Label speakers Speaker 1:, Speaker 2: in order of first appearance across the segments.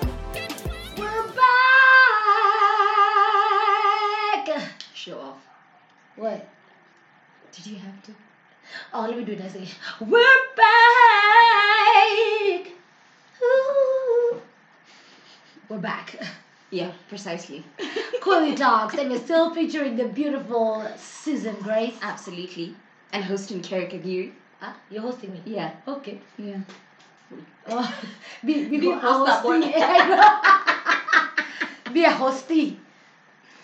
Speaker 1: We're back!
Speaker 2: Show off.
Speaker 1: What?
Speaker 2: Did you have to?
Speaker 1: Oh, let me do it. I say, We're back! Ooh. We're back.
Speaker 2: Yeah, precisely.
Speaker 1: Chloe Talks, and we're still featuring the beautiful Susan Grace.
Speaker 2: Uh, Absolutely. And hosting Carrie Kagiri.
Speaker 1: Ah, you're hosting me.
Speaker 2: Yeah.
Speaker 1: Okay.
Speaker 2: Yeah.
Speaker 1: Oh, be, be,
Speaker 2: Be
Speaker 1: a
Speaker 2: a host that
Speaker 1: hostie. be a hostie.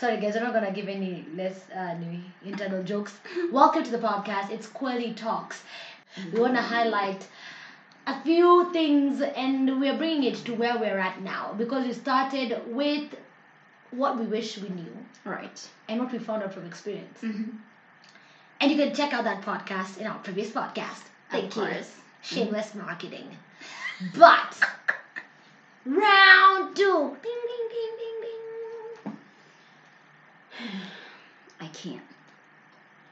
Speaker 1: Sorry, guys, we're not gonna give any less uh, new internal jokes. Welcome to the podcast. It's Quelly Talks. We wanna highlight a few things, and we're bringing it to where we're at now because we started with what we wish we knew
Speaker 2: Right.
Speaker 1: and what we found out from experience.
Speaker 2: Mm-hmm.
Speaker 1: And you can check out that podcast in our previous podcast. Thank you.
Speaker 2: course.
Speaker 1: Shameless marketing. But round two. Ding ding ding ding
Speaker 2: I can't.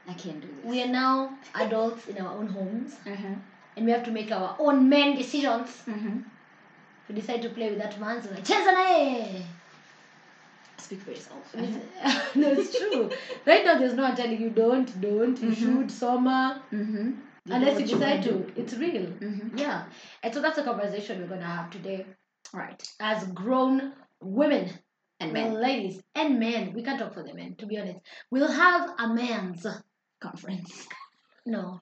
Speaker 2: I can't do this.
Speaker 1: ding. We are now adults in our own homes
Speaker 2: Uh-huh.
Speaker 1: and we have to make our own men decisions.
Speaker 2: Mm-hmm.
Speaker 1: We decide to play with that man, so like Chesane!
Speaker 2: Speak for yourself. Uh-huh.
Speaker 1: no, it's true. right now there's no one telling you don't, don't, you
Speaker 2: Mhm.
Speaker 1: should, summer.
Speaker 2: Mm-hmm.
Speaker 1: Unless Mm-hmm. you decide to. It's real.
Speaker 2: Mm-hmm.
Speaker 1: Yeah. And so that's the conversation we're gonna have today.
Speaker 2: Right.
Speaker 1: As grown women.
Speaker 2: And
Speaker 1: Well,
Speaker 2: men
Speaker 1: ladies and men, we can't talk for the men, to be honest. We'll have a man's.
Speaker 2: conference.
Speaker 1: No,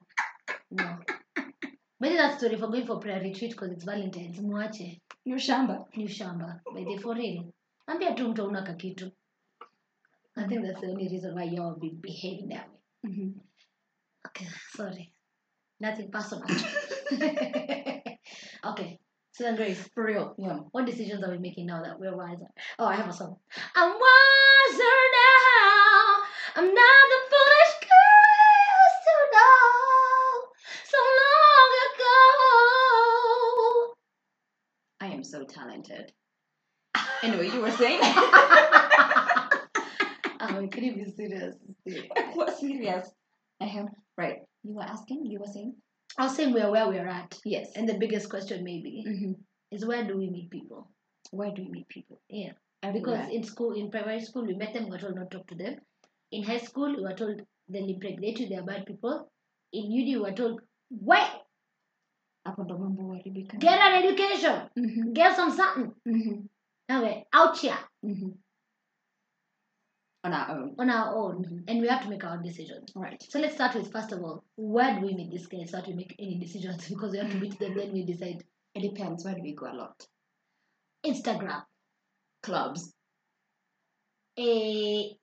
Speaker 1: no. Maybe that story for going for prayer retreat because it's Valentine's. Mwache,
Speaker 2: Your shamba.
Speaker 1: new shamba. By the for real. Ambia tu mtu una kakitu. I think that's the only reason why y'all be behaving that way.
Speaker 2: Mm-hmm.
Speaker 1: Okay, sorry. Nothing personal. okay, Susan Grace,
Speaker 2: For real. Yeah.
Speaker 1: what decisions are we making now that we're wiser? Oh, I have a song. I'm wiser now. I'm not the foolish girl I used to know so long ago.
Speaker 2: I am so talented. Anyway, you were saying. Ah,
Speaker 1: Oh, can you be serious?
Speaker 2: I was serious. Uh-huh. Right. You were asking. You were saying.
Speaker 1: I was saying we're where we're at,
Speaker 2: Yes.
Speaker 1: and the biggest question maybe
Speaker 2: mm-hmm.
Speaker 1: is where do we meet people?
Speaker 2: where do you meet people?
Speaker 1: Yeah, because
Speaker 2: Everywhere.
Speaker 1: in school, in primary school, we met them. We were told not to talk to them. In high school, we were told they'll impregnate you. They're bad people. In uni, we were told wait,
Speaker 2: hapo ndo mambo huharibika.
Speaker 1: get an education,
Speaker 2: Mhm,
Speaker 1: get some something.
Speaker 2: mhm,
Speaker 1: Now we're out here.
Speaker 2: mhm. On our own.
Speaker 1: on our own
Speaker 2: Mhm.
Speaker 1: and we have to make our own decisions.
Speaker 2: Right.
Speaker 1: So let's start with first of all, where do we meet these guys so that we make any decisions because we have to meet them, then we decide.
Speaker 2: It depends. Where do we go a lot?
Speaker 1: Instagram,
Speaker 2: Clubs.
Speaker 1: a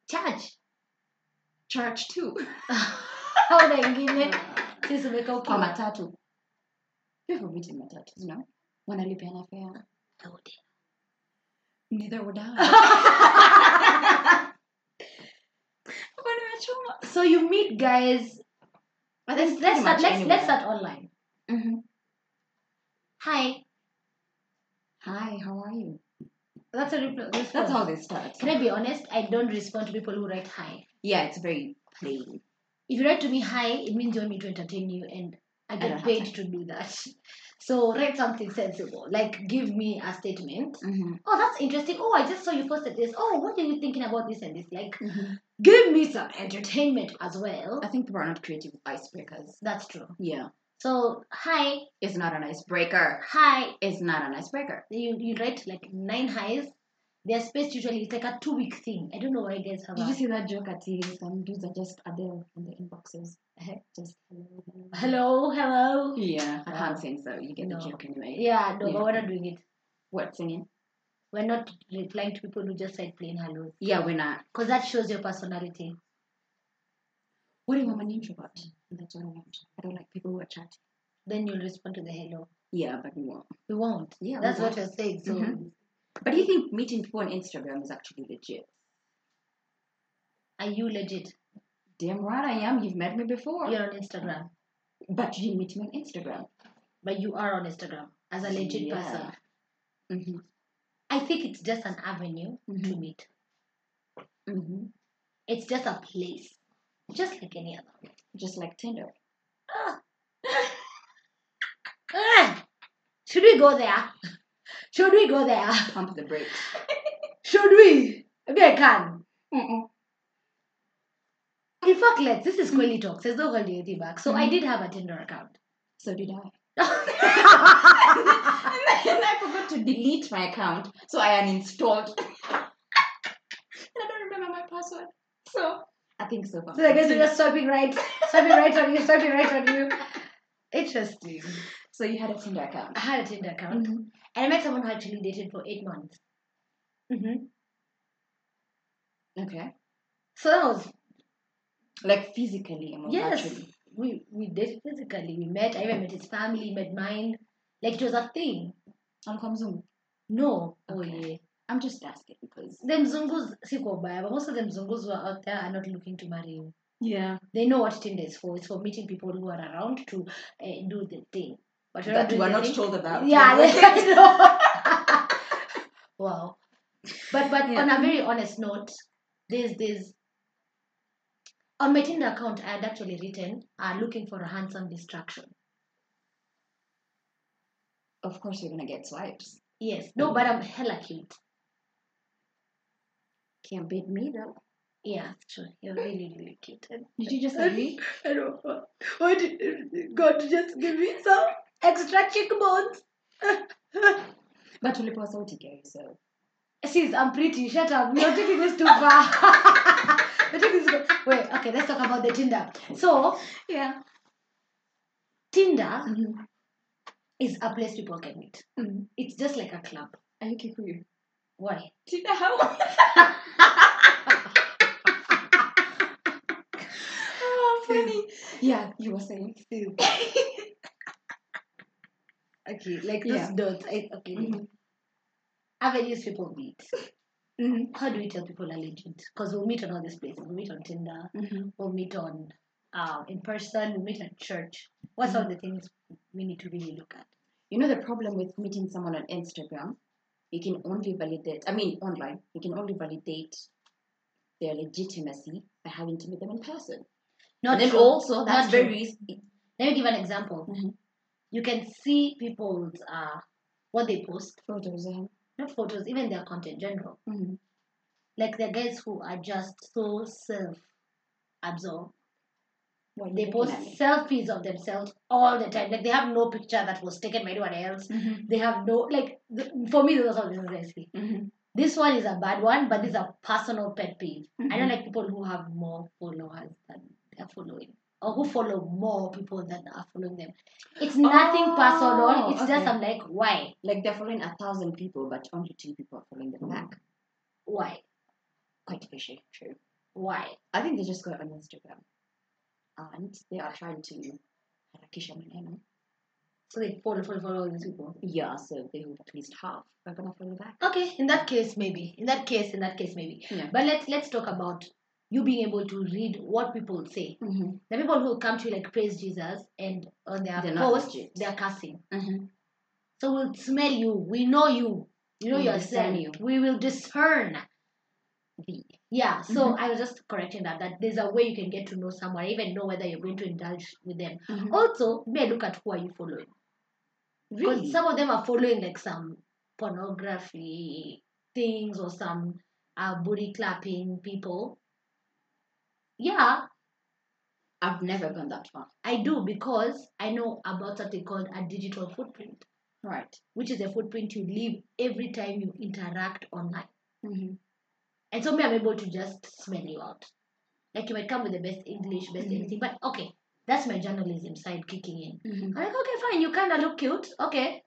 Speaker 1: church.
Speaker 2: Church too. Ah.
Speaker 1: How wengine sisi tumeka
Speaker 2: Kwa
Speaker 1: ukimya.
Speaker 2: matatu. People meet in matatus, no? Wanalipiana fare. Neither would I. Hapo nimechoma.
Speaker 1: So you meet guys.
Speaker 2: But
Speaker 1: Let's
Speaker 2: that's
Speaker 1: let's start,
Speaker 2: pretty much
Speaker 1: let's, let's
Speaker 2: anywhere.
Speaker 1: start online.
Speaker 2: Mhm.
Speaker 1: Hi,
Speaker 2: Hi, how are you?
Speaker 1: that's a reply. response.
Speaker 2: That's how they start.
Speaker 1: Can I be honest? I don't respond to people who write hi.
Speaker 2: Yeah, it's very plain.
Speaker 1: if you write to me hi, it means you want me to entertain you, and I
Speaker 2: don't
Speaker 1: get
Speaker 2: have
Speaker 1: paid to do that. So write something sensible, like give me a statement.
Speaker 2: Mhm,
Speaker 1: Oh, that's interesting. Oh, I just saw you posted this. Oh, what are you thinking about this and this? Like,
Speaker 2: mhm.
Speaker 1: give me some entertainment as well.
Speaker 2: I think people are not creative with icebreakers.
Speaker 1: That's true.
Speaker 2: Yeah.
Speaker 1: So hi,
Speaker 2: It's not an icebreaker.
Speaker 1: hi.
Speaker 2: It's not an icebreaker.
Speaker 1: You you write like nine highs. Their space usually is like a two week thing. I don't know why you guys have.
Speaker 2: Did you
Speaker 1: A,
Speaker 2: see that joke at TV? Some dudes are just are there in the inboxes. Just hello.
Speaker 1: hello, hello.
Speaker 2: Yeah, I
Speaker 1: Wow.
Speaker 2: can't sing, so you get
Speaker 1: No.
Speaker 2: the joke anyway.
Speaker 1: Yeah, no,
Speaker 2: Yeah.
Speaker 1: but we're not doing it.
Speaker 2: What singing?
Speaker 1: We're not replying to people who just said plain hello.
Speaker 2: Yeah, we're not.
Speaker 1: Because that shows your personality.
Speaker 2: What if I'm an introvert? That's what I want. I don't like people who are chatty.
Speaker 1: Then you'll respond to the hello.
Speaker 2: Yeah, but we won't.
Speaker 1: We won't.
Speaker 2: Yeah, we
Speaker 1: That's what
Speaker 2: won't.
Speaker 1: you're saying. So
Speaker 2: Mhm. But do you think meeting people on Instagram is actually legit?
Speaker 1: are you legit?
Speaker 2: Damn right I am. You've met me before.
Speaker 1: You're on Instagram.
Speaker 2: But you didn't meet me on Instagram.
Speaker 1: But you are on Instagram as a legit
Speaker 2: Yeah.
Speaker 1: person.
Speaker 2: Mm-hmm.
Speaker 1: I think it's just an avenue to
Speaker 2: Mhm.
Speaker 1: meet.
Speaker 2: Mm-hmm.
Speaker 1: It's just a place. just like any other.
Speaker 2: just like Tinder.
Speaker 1: Ah! Should we go there? Should we go there?
Speaker 2: Pump the brakes.
Speaker 1: Should we? Maybe I can.
Speaker 2: Mm-mm.
Speaker 1: In fact, let's. This is Quelly Talks. There's no holding anything back. So I did have a Tinder account.
Speaker 2: So did I.
Speaker 1: I
Speaker 2: and I forgot to delete my account, so I uninstalled. and I don't remember my password. So I think so far.
Speaker 1: guess we're just swiping right, swiping right on you, swiping right on you. Interesting.
Speaker 2: So you had a Tinder account.
Speaker 1: I had a Tinder account and I met someone who actually dated for eight months.
Speaker 2: Mm-hmm. Okay.
Speaker 1: So that was
Speaker 2: Like physically, I'm
Speaker 1: yes.
Speaker 2: actually.
Speaker 1: We we dated physically. We met. I even met his family, met mine. Like it was a thing.
Speaker 2: I'm kwa mzungu.
Speaker 1: No. Oh
Speaker 2: Okay.
Speaker 1: yeah.
Speaker 2: I'm just asking because.
Speaker 1: The Mzungus, siko baya, but most of the Mzungus who are out there are not looking to marry you.
Speaker 2: Yeah.
Speaker 1: They know what Tinder is for. It's for meeting people who are around to uh, do the thing. But you're
Speaker 2: That
Speaker 1: doing
Speaker 2: we're
Speaker 1: the
Speaker 2: not
Speaker 1: thing.
Speaker 2: told about.
Speaker 1: Yeah,
Speaker 2: We're not-
Speaker 1: they know. wow. But but
Speaker 2: Yeah.
Speaker 1: on a very honest note, there's there's on my Tinder account I had actually written uh, looking for a handsome distraction.
Speaker 2: Of course, you're gonna get swipes.
Speaker 1: Yes. No, but I'm hella cute.
Speaker 2: Can't beat me though.
Speaker 1: Yeah, sure. You're really, really cute. And
Speaker 2: Did you just agree?
Speaker 1: I don't know. Why did God just give me some extra cheekbones?
Speaker 2: but ulipewa sauti Gary, so
Speaker 1: Sis, I'm pretty. Shut up. You're taking this too far. You're taking this too- Wait, okay, let's talk about the Tinder. So,
Speaker 2: yeah.
Speaker 1: Tinder
Speaker 2: hmm
Speaker 1: is a place people can meet. It's just like a club.
Speaker 2: Mm. Are you Kikuyu?
Speaker 1: Why?
Speaker 2: Tina, how? oh, funny. Yeah, you were saying.
Speaker 1: Okay, like
Speaker 2: Yeah.
Speaker 1: those dots. I, okay,
Speaker 2: Mhm.
Speaker 1: avenues people meet.
Speaker 2: Mm-hmm.
Speaker 1: How do we tell people are legit? Because we'll meet on all these places. We'll meet on Tinder.
Speaker 2: Mm-hmm.
Speaker 1: We'll meet on um, in person. We'll meet at church. What's some of the things we need to really look at?
Speaker 2: You know the problem with meeting someone on Instagram? You can only validate, I mean, online, you can only validate their legitimacy by having to meet them in person.
Speaker 1: Not
Speaker 2: and then
Speaker 1: true.
Speaker 2: also,
Speaker 1: Not
Speaker 2: that's
Speaker 1: true.
Speaker 2: very easy.
Speaker 1: Let me give an example.
Speaker 2: Mhm.
Speaker 1: You can see people's uh, what they post,
Speaker 2: Photos, um,
Speaker 1: not photos, even their content general.
Speaker 2: mhm.
Speaker 1: Like the guys who are just so self-absorbed.
Speaker 2: What are
Speaker 1: They
Speaker 2: you
Speaker 1: post
Speaker 2: looking at me?
Speaker 1: selfies of themselves all the time. Like they have no picture that was taken by anyone else.
Speaker 2: Mhm.
Speaker 1: They have no like. The, for me, those are the things I see.
Speaker 2: Mhm.
Speaker 1: This one is a bad one, but this is a personal pet peeve. I don't
Speaker 2: Mhm.
Speaker 1: like people who have more followers than they're following, or who follow more people than are following them. It's nothing
Speaker 2: Oh,
Speaker 1: personal. It's just
Speaker 2: okay.
Speaker 1: I'm like, why,
Speaker 2: Like they're following a thousand people, but only two people are following them
Speaker 1: Mm-hmm.
Speaker 2: back.
Speaker 1: why,
Speaker 2: Quite fishy, true.
Speaker 1: why?
Speaker 2: I think they just got on Instagram. And they are trying to harakisha maneno.
Speaker 1: So they follow, follow, follow all these people.
Speaker 2: Yeah, so they hope at least half are gonna follow back.
Speaker 1: Okay, in that case, maybe. In that case, in that case, maybe.
Speaker 2: Yeah.
Speaker 1: But let's let's talk about you being able to read what people say.
Speaker 2: Mm-hmm.
Speaker 1: The people who come to you like praise Jesus and uh, on their
Speaker 2: They're not
Speaker 1: posts
Speaker 2: legit.
Speaker 1: they're cursing.
Speaker 2: Mm-hmm.
Speaker 1: So we'll smell you. We know you. You know
Speaker 2: We will
Speaker 1: yourself.
Speaker 2: discern you.
Speaker 1: We will discern.
Speaker 2: The
Speaker 1: Yeah. So
Speaker 2: Mm-hmm.
Speaker 1: I was just correcting that. That there's a way you can get to know someone, even know whether you're going to indulge with them.
Speaker 2: Mhm.
Speaker 1: Also, may I look at who are you following. Because
Speaker 2: really
Speaker 1: some of them are following like some pornography things or some uh, booty clapping people. Yeah,
Speaker 2: I've never gone that far.
Speaker 1: I do because I know about something called a digital footprint,
Speaker 2: Right.
Speaker 1: which is a footprint you leave every time you interact online.
Speaker 2: Mm-hmm.
Speaker 1: And so me, I'm able to just smell you out. Like you might come with the best English, best
Speaker 2: Mhm.
Speaker 1: anything, but okay, that's my journalism side kicking in.
Speaker 2: Mm-hmm.
Speaker 1: I'm like, okay, fine, you kind of look cute. Okay,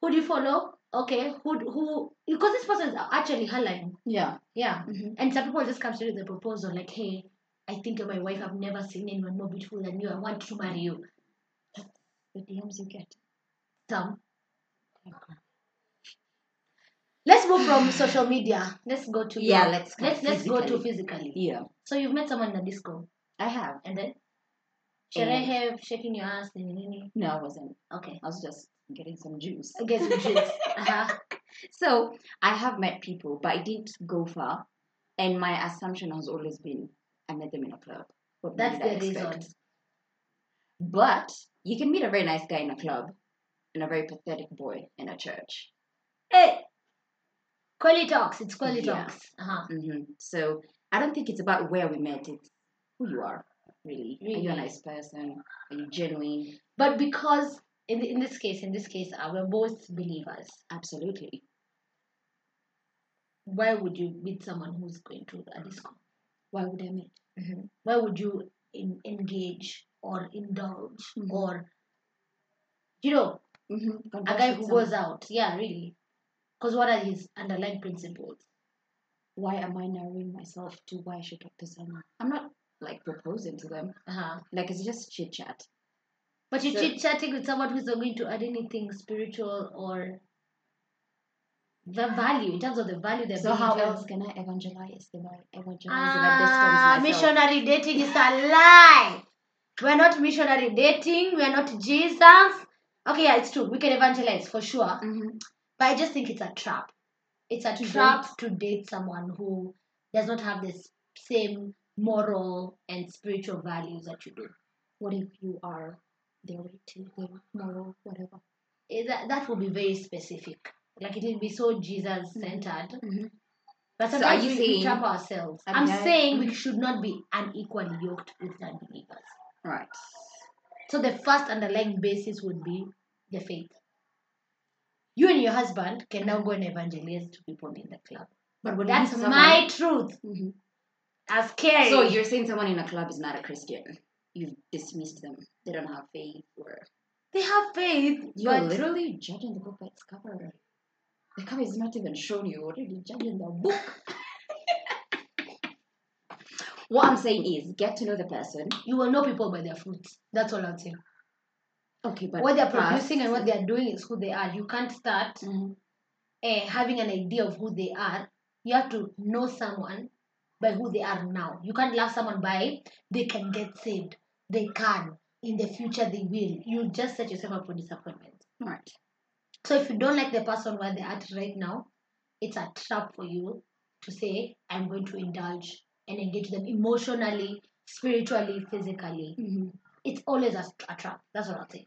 Speaker 1: who do you follow? Okay, who who? Because this person is actually highlighting.
Speaker 2: Yeah.
Speaker 1: Yeah,
Speaker 2: Mm-hmm.
Speaker 1: and some people just come straight with a proposal like, hey, I think you're my wife. I've never seen anyone more beautiful than you. I want to marry you.
Speaker 2: The DMs you get.
Speaker 1: Some. Let's move from social media. Let's go to
Speaker 2: Yeah, let's go
Speaker 1: let's let's go to
Speaker 2: physically.
Speaker 1: physically.
Speaker 2: Yeah.
Speaker 1: So you've met someone in a disco,
Speaker 2: I have.
Speaker 1: and then
Speaker 2: Yeah.
Speaker 1: sherehe, shaking your ass, nini nini.
Speaker 2: No, I wasn't.
Speaker 1: Okay,
Speaker 2: I was just getting some juice.
Speaker 1: I guess we should. Uh-huh.
Speaker 2: So I have met people, but I didn't go far. And my assumption has always been I met them in a club. What
Speaker 1: That's
Speaker 2: would I
Speaker 1: the reason.
Speaker 2: expect? But you can meet a very nice guy in a club and a very pathetic boy in a church.
Speaker 1: Hey, Quelly talks. It's Quelly
Speaker 2: Yeah.
Speaker 1: talks. Uh-huh.
Speaker 2: hmm So I don't think it's about where we met, it's who you are, really. Are you a
Speaker 1: Really.
Speaker 2: nice person? Are you genuine?
Speaker 1: But because in in this case, in this case, uh, we're both believers.
Speaker 2: Absolutely.
Speaker 1: Why would you meet someone who's going to a disco?
Speaker 2: Why would I meet?
Speaker 1: Why would you in, engage or indulge
Speaker 2: Mhm.
Speaker 1: or you know
Speaker 2: Mm-hmm.
Speaker 1: a guy who goes out? Yeah, really. Because what are his underlying principles?
Speaker 2: Why am I narrowing myself to why I should talk to someone? I'm not like proposing to them.
Speaker 1: Uh-huh.
Speaker 2: Like it's just chit chat.
Speaker 1: But you're
Speaker 2: So-
Speaker 1: chit chatting with someone who's not going to add anything spiritual or the value in terms of the value they're
Speaker 2: So
Speaker 1: bringing
Speaker 2: how
Speaker 1: to us.
Speaker 2: else can I evangelize if I evangelize
Speaker 1: Ah,
Speaker 2: if I distance myself?
Speaker 1: missionary dating is a lie. We're not missionary dating. We're not Jesus. Okay, yeah, it's true. We can evangelize for sure.
Speaker 2: Mhm.
Speaker 1: But I just think it's a trap. It's a
Speaker 2: To
Speaker 1: trap to date someone who does not have the s- same moral and spiritual values that you do.
Speaker 2: What if you are their way to their moral, whatever?
Speaker 1: Eh, That, that will be very specific. Like it will be so Jesus centered.
Speaker 2: Mhm.
Speaker 1: But
Speaker 2: So are
Speaker 1: sometimes
Speaker 2: you
Speaker 1: we, we
Speaker 2: saying-
Speaker 1: trap ourselves.
Speaker 2: a
Speaker 1: I'm
Speaker 2: guy-
Speaker 1: saying we should not be unequally yoked with non believers.
Speaker 2: Right.
Speaker 1: So the first underlying basis would be the faith. You and your husband can now go and evangelize to people in the club.
Speaker 2: But when you
Speaker 1: That's
Speaker 2: meet someone-
Speaker 1: my truth.
Speaker 2: Mhm.
Speaker 1: As scary.
Speaker 2: So you're saying someone in a club is not a Christian? You've dismissed them. They don't have faith, or
Speaker 1: they have faith,
Speaker 2: you're
Speaker 1: but
Speaker 2: literally judging the book by its cover. The cover is not even shown you. You're already judging the book. what I'm saying is, get to know the person.
Speaker 1: you will know people by their fruits. That's all I'm saying.
Speaker 2: Okay, but
Speaker 1: What they're
Speaker 2: first-
Speaker 1: producing and what they're doing is who they are. You can't start
Speaker 2: Mhm.
Speaker 1: eh, having an idea of who they are. You have to know someone by who they are now. You can't love someone by they can get saved. They can. In the future, they will. You just set yourself up for disappointment.
Speaker 2: Right.
Speaker 1: So if you don't like the person where they're at right now, it's a trap for you to say, I'm going to indulge and engage them emotionally, spiritually, physically.
Speaker 2: Mm-hmm.
Speaker 1: It's always a, a trap. That's what I'll say.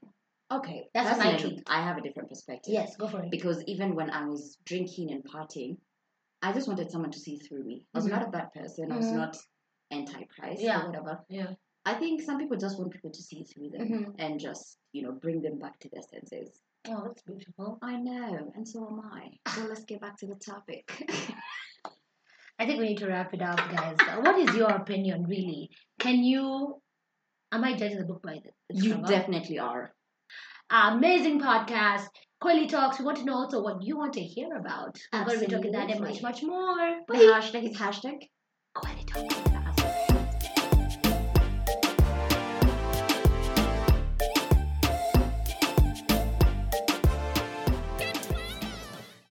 Speaker 2: Okay,
Speaker 1: That's
Speaker 2: that's,
Speaker 1: my
Speaker 2: my
Speaker 1: truth.
Speaker 2: I have a different perspective.
Speaker 1: Yes, go for it.
Speaker 2: Because even when I was drinking and partying, I just wanted someone to see through me. I was
Speaker 1: Mhm.
Speaker 2: not a bad person. I was
Speaker 1: Mhm.
Speaker 2: not anti-Christ
Speaker 1: Yeah.
Speaker 2: or whatever.
Speaker 1: Yeah.
Speaker 2: I think some people just want people to see through them
Speaker 1: Mhm.
Speaker 2: and just, you know, bring them back to their senses.
Speaker 1: Oh, that's beautiful.
Speaker 2: I know, and so am I. So let's get back to the topic.
Speaker 1: I think we need to wrap it up, guys. Uh, what is your opinion, really? Can you. Am I judging the book by the, its
Speaker 2: you
Speaker 1: cover?
Speaker 2: definitely are.
Speaker 1: amazing podcast. Quelly Talks. We want to know also what you want to hear about. We're going to be talking about it much,
Speaker 2: Absolutely.
Speaker 1: much more.
Speaker 2: The
Speaker 1: Bye.
Speaker 2: hashtag is hashtag
Speaker 1: Quelly Talks.